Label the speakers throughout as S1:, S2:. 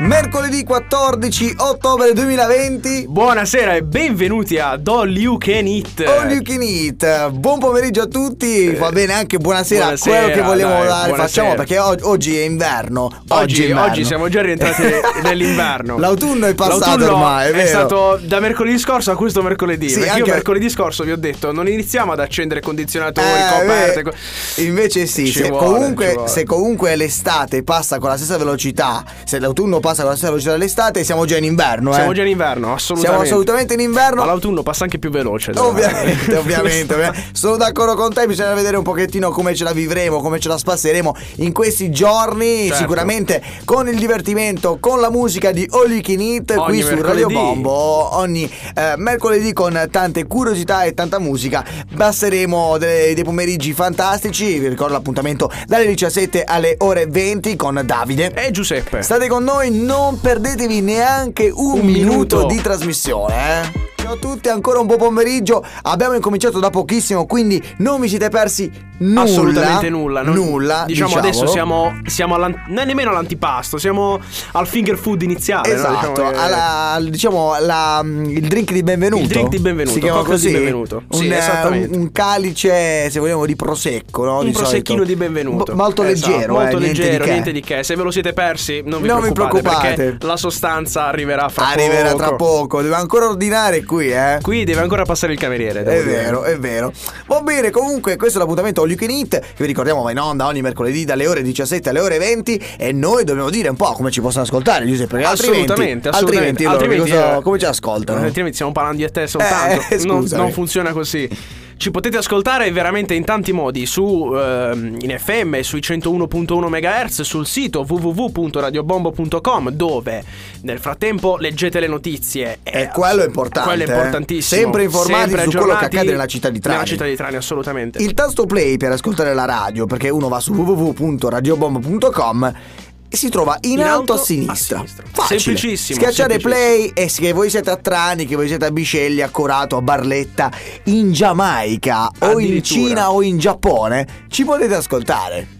S1: Mercoledì 14 ottobre
S2: Eh.
S1: 2020.
S2: Buonasera e benvenuti a Doll You Can Eat.
S1: All you can eat. Buon pomeriggio a tutti. Va bene anche buonasera.
S2: Eh. buonasera,
S1: quello che vogliamo
S2: dai,
S1: dare
S2: buonasera.
S1: facciamo perché o- oggi è inverno. Oggi, è
S2: Oggi,
S1: inverno.
S2: oggi siamo già rientrati nell'inverno.
S1: L'autunno è passato
S2: L'autunno
S1: ormai, è vero.
S2: stato da mercoledì scorso a questo mercoledì.
S1: Sì,
S2: perché
S1: anche-
S2: io mercoledì scorso vi ho detto non iniziamo ad accendere condizionatori,
S1: Eh,
S2: coperte.
S1: beh,
S2: co-
S1: invece sì,
S2: Ci
S1: se,
S2: vuole,
S1: comunque,
S2: ci vuole.
S1: se comunque l'estate passa con la stessa velocità, se l'autunno passa con la stessa velocità dell'estate, siamo già in inverno. eh.
S2: Siamo già in inverno, assolutamente.
S1: Siamo assolutamente in inverno.
S2: Ma l'autunno passa anche più veloce. dai.
S1: Ovviamente, ovviamente, ovviamente. Sono d'accordo con te, bisogna vedere un pochettino come ce la vivremo, come ce la spasseremo in questi giorni,
S2: Certo.
S1: sicuramente con il divertimento, con la musica di All You Can Eat
S2: Ogni
S1: qui su Radio
S2: mercoledì.
S1: Bombo, ogni eh, mercoledì con tante curiosità e tanta musica. Passeremo dei, dei pomeriggi fantastici, vi ricordo l'appuntamento dalle 17 alle ore 20 con Davide.
S2: E Eh, Giuseppe.
S1: State con noi, non perdetevi neanche un,
S2: Un
S1: minuto.
S2: minuto.
S1: di trasmissione. eh. Ciao a tutti, ancora un buon pomeriggio. Abbiamo incominciato da pochissimo, quindi non vi siete persi nulla.
S2: Assolutamente nulla. non-
S1: nulla.
S2: Diciamo
S1: diciamolo.
S2: adesso siamo, siamo all'an- non è nemmeno all'antipasto, siamo al finger food iniziale. no?
S1: Esatto,
S2: Diciamo che-
S1: alla- diciamo la- il drink di benvenuto.
S2: Il drink di benvenuto,
S1: Si chiama
S2: cocktail di
S1: così.
S2: benvenuto.
S1: Un,
S2: Sì,
S1: eh,
S2: esattamente.
S1: un calice, se vogliamo, di prosecco. No?
S2: Un
S1: di
S2: prosecchino
S1: solito.
S2: di benvenuto.
S1: Bo- molto
S2: Esatto,
S1: leggero,
S2: molto
S1: eh, niente
S2: leggero,
S1: di che.
S2: Se ve lo siete persi, non vi,
S1: Non vi
S2: preoccupate,
S1: preoccupate.
S2: perché la sostanza arriverà fra
S1: Arriverà
S2: poco.
S1: tra poco, deve ancora ordinare qui, eh.
S2: Qui deve ancora passare il cameriere. devo
S1: È
S2: dire.
S1: vero, è vero. Va bene, comunque questo è l'appuntamento All You Can Eat, che vi ricordiamo va in onda ogni mercoledì dalle ore 17 alle ore 20 e noi dobbiamo dire un po' come ci possono ascoltare, Giuseppe, perché altrimenti-
S2: Assolutamente,
S1: altrimenti,
S2: assolutamente.
S1: loro che cosa-
S2: eh,
S1: come ci ascoltano?
S2: Altrimenti stiamo parlando di te soltanto.
S1: Eh,
S2: non,
S1: scusami.
S2: non funziona così. Ci potete ascoltare veramente in tanti modi su ehm, in FM, sui 101.1 MHz, sul sito www.radiobombo.com dove nel frattempo leggete le notizie.
S1: E quello è importante,
S2: Quello è
S1: eh.
S2: importantissimo.
S1: Sempre informati su
S2: Sempre
S1: quello che
S2: aggiornati
S1: accade nella città di Trani.
S2: Nella città di Trani, assolutamente.
S1: Il tasto play per ascoltare la radio, perché uno va su www.radiobomb.com e si trova in,
S2: In
S1: alto,
S2: alto
S1: a sinistra.
S2: a sinistra.
S1: Facile.
S2: Semplicissimo,
S1: Schiacciare
S2: semplicissimo.
S1: play e se voi siete a Trani, che voi siete a Biscelli, a Corato, a Barletta, in Giamaica o in
S2: Addirittura.
S1: Cina o in Giappone, ci potete ascoltare.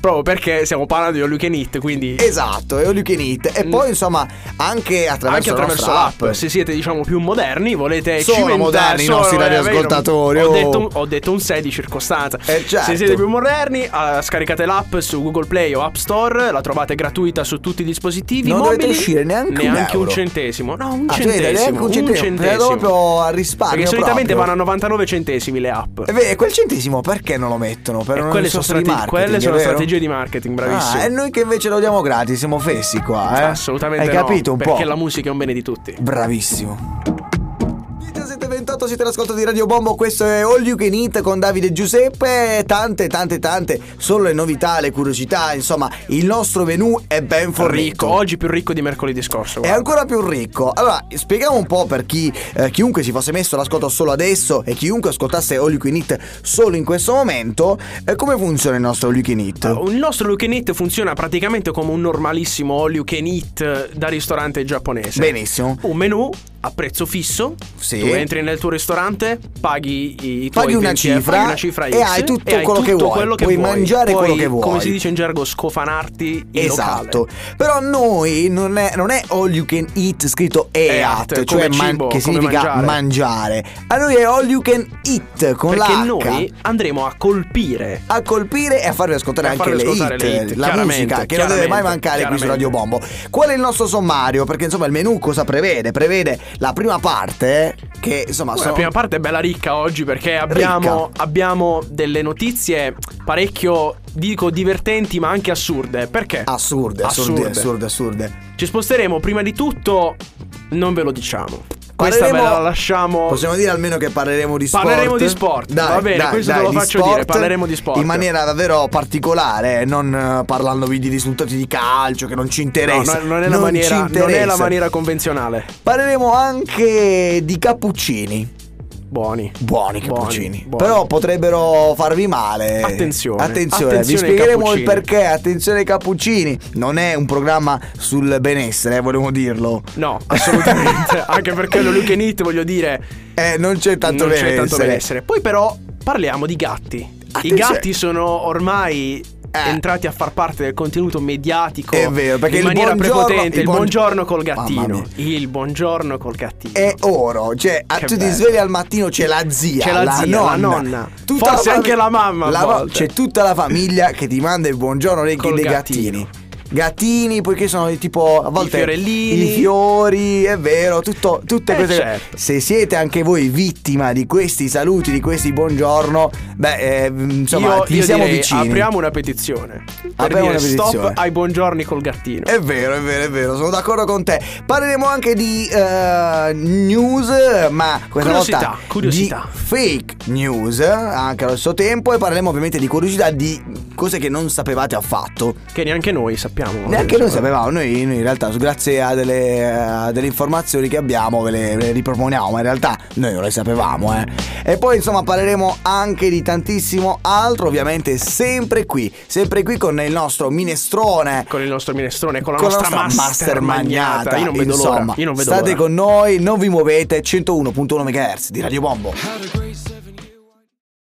S2: Proprio perché stiamo parlando di All You Can Eat, quindi
S1: Esatto, è all you can eat. E poi insomma anche attraverso,
S2: anche attraverso
S1: la
S2: l'app.
S1: nostra app.
S2: Se siete, diciamo, più moderni, volete
S1: Sono
S2: cimentare-
S1: moderni i
S2: sono-
S1: nostri
S2: eh, vedi,
S1: radioascoltatori,
S2: Ho
S1: oh.
S2: detto, un- ho detto un 6 di circostanza.
S1: Eh, certo.
S2: Se siete più moderni, eh, scaricate l'app su Google Play o App Store. La trovate gratuita su tutti i dispositivi.
S1: Non
S2: mobili,
S1: dovete uscire neanche un
S2: un,
S1: euro.
S2: centesimo. No, un
S1: Ah, cioè,
S2: centesimo.
S1: neanche un centesimo, proprio a risparmio
S2: Perché solitamente
S1: proprio.
S2: vanno a 99 centesimi le app.
S1: E beh, quel centesimo perché non lo mettono? Per
S2: E
S1: non
S2: quelle sono,
S1: Eh, sono di
S2: strate-
S1: marketing,
S2: quelle sono
S1: è vero?
S2: strategie di marketing, bravissimo.
S1: Ah, e noi che invece lo diamo gratis, siamo fessi qua, eh?
S2: Assolutamente
S1: Hai
S2: no,
S1: capito un po'?
S2: Perché la musica è un bene di tutti.
S1: Bravissimo. 1728 siete all'ascolto di Radio Bombo, questo è All You Can Eat con Davide e Giuseppe, tante tante tante, solo le novità, le curiosità, insomma il nostro menù è ben
S2: Ricco,
S1: fornito. Eh,
S2: oggi più ricco di mercoledì
S1: È
S2: scorso. guarda.
S1: ancora più ricco. Allora, spieghiamo un po' per chi, eh, chiunque si fosse messo l'ascolto solo adesso e chiunque ascoltasse All You Can Eat solo in questo momento, eh, come funziona il nostro All You Can Eat.
S2: Ah, Il nostro all you can eat funziona praticamente come un normalissimo all you can eat da ristorante giapponese.
S1: Benissimo.
S2: Un menù a prezzo fisso.
S1: Sì.
S2: Tu entri nel tuo ristorante, paghi i tuoi
S1: Paghi una
S2: 20
S1: cifra
S2: paghi una cifra
S1: e
S2: X
S1: hai tutto quello che
S2: tutto
S1: vuoi.
S2: quello che
S1: Puoi
S2: vuoi.
S1: mangiare
S2: Puoi,
S1: quello che vuoi.
S2: Come si dice in gergo, scofanarti in
S1: Esatto,
S2: locale.
S1: però noi non è, non è all you can eat scritto EAT,
S2: Eat,
S1: cioè
S2: come cibo,
S1: che
S2: come
S1: significa mangiare.
S2: mangiare.
S1: A noi è all you can eat con
S2: Perché
S1: la H.
S2: noi andremo a colpire
S1: a colpire e a farvi ascoltare
S2: E a
S1: anche
S2: farvi
S1: le,
S2: ascoltare
S1: hit,
S2: le hit,
S1: la
S2: chiaramente,
S1: musica che non deve mai
S2: chiaramente,
S1: mancare qui su
S2: chiaramente.
S1: Radio Bombo. Qual è il nostro sommario? Perché insomma il menù cosa prevede? Prevede la prima parte eh, che insomma
S2: La
S1: sono
S2: prima parte è bella ricca oggi perché abbiamo, abbiamo delle notizie parecchio, dico, divertenti ma anche assurde.
S1: Ah.
S2: Perché?
S1: assurde, assurde,
S2: Assurde.
S1: assurde, assurde.
S2: Ci sposteremo prima di tutto, non ve lo diciamo. Questa
S1: Parleremo-
S2: ve la lasciamo.
S1: Possiamo dire almeno che parleremo di sport.
S2: Parleremo di sport,
S1: Dai,
S2: va bene,
S1: dai,
S2: questo te
S1: dai,
S2: lo
S1: di
S2: faccio
S1: sport,
S2: dire, parleremo di sport.
S1: In maniera davvero particolare, eh, non eh, parlandovi di risultati di calcio che non ci
S2: No,
S1: interessa.
S2: no, non, è la
S1: ci
S2: maniera, non è la
S1: interessa.
S2: maniera convenzionale.
S1: Parleremo anche di cappuccini.
S2: Buoni.
S1: Buoni
S2: Buoni,
S1: cappuccini.
S2: buoni.
S1: Però potrebbero farvi male.
S2: Attenzione,
S1: Attenzione, vi
S2: attenzione ai
S1: spiegheremo il
S2: cappuccini.
S1: perché. Attenzione ai cappuccini. Non è un programma sul benessere, eh, volevo dirlo.
S2: No, assolutamente. Anche perché lo Luke Nit, voglio dire,
S1: Eh, non c'è tanto
S2: non
S1: benessere.
S2: c'è tanto benessere. Poi però parliamo di gatti. I
S1: Attenzione.
S2: gatti sono ormai entrati a far parte del contenuto mediatico
S1: Eh. È vero, perché
S2: in
S1: il
S2: maniera
S1: buongiorno-
S2: prepotente.
S1: il
S2: Il
S1: buon-
S2: buongiorno col
S1: Mamma
S2: gattino.
S1: mia.
S2: Il buongiorno col gattino.
S1: È oro, cioè a
S2: Che
S1: tu ti
S2: bello.
S1: svegli al mattino c'è la zia,
S2: C'è la zia, la
S1: nonna,
S2: nonna.
S1: tutta
S2: Forse
S1: fami-
S2: anche la mamma a
S1: la ma-
S2: volte.
S1: c'è tutta la famiglia che ti manda il buongiorno dei,
S2: Col
S1: dei
S2: gattino.
S1: gattini. Gattini, poiché sono di tipo a volte
S2: fiorellini.
S1: i fiori, è vero, tutto, tutte
S2: Eh,
S1: queste
S2: certo.
S1: Se siete anche voi vittima di questi saluti, di questi buongiorno, beh, eh, insomma,
S2: io,
S1: vi
S2: io
S1: siamo
S2: direi,
S1: vicini.
S2: apriamo una petizione. Per
S1: Apriamo
S2: dire
S1: una petizione. Eh.
S2: stop ai buongiorni col gattino.
S1: È vero, è vero, è vero, sono d'accordo con te. Parleremo anche di eh, news, ma questa
S2: Curiosità,
S1: volta
S2: curiosità.
S1: di fake news, eh, anche allo stesso tempo, e parleremo ovviamente di curiosità di cose che non sapevate affatto.
S2: Che neanche noi sappiamo.
S1: Neanche noi
S2: Insomma.
S1: sapevamo, noi, noi in realtà grazie a delle, a delle informazioni che abbiamo ve le, ve le riproponiamo, ma in realtà noi non le sapevamo. eh. E poi insomma parleremo anche di tantissimo altro, ovviamente sempre qui, sempre qui con il nostro minestrone
S2: Con il nostro minestrone, con la
S1: con
S2: nostra, master, magnata. Io non vedo
S1: insomma,
S2: l'ora. Io non vedo
S1: state
S2: l'ora.
S1: con noi, non vi muovete. 101.1 MHz di Radio Bombo.
S3: Had a great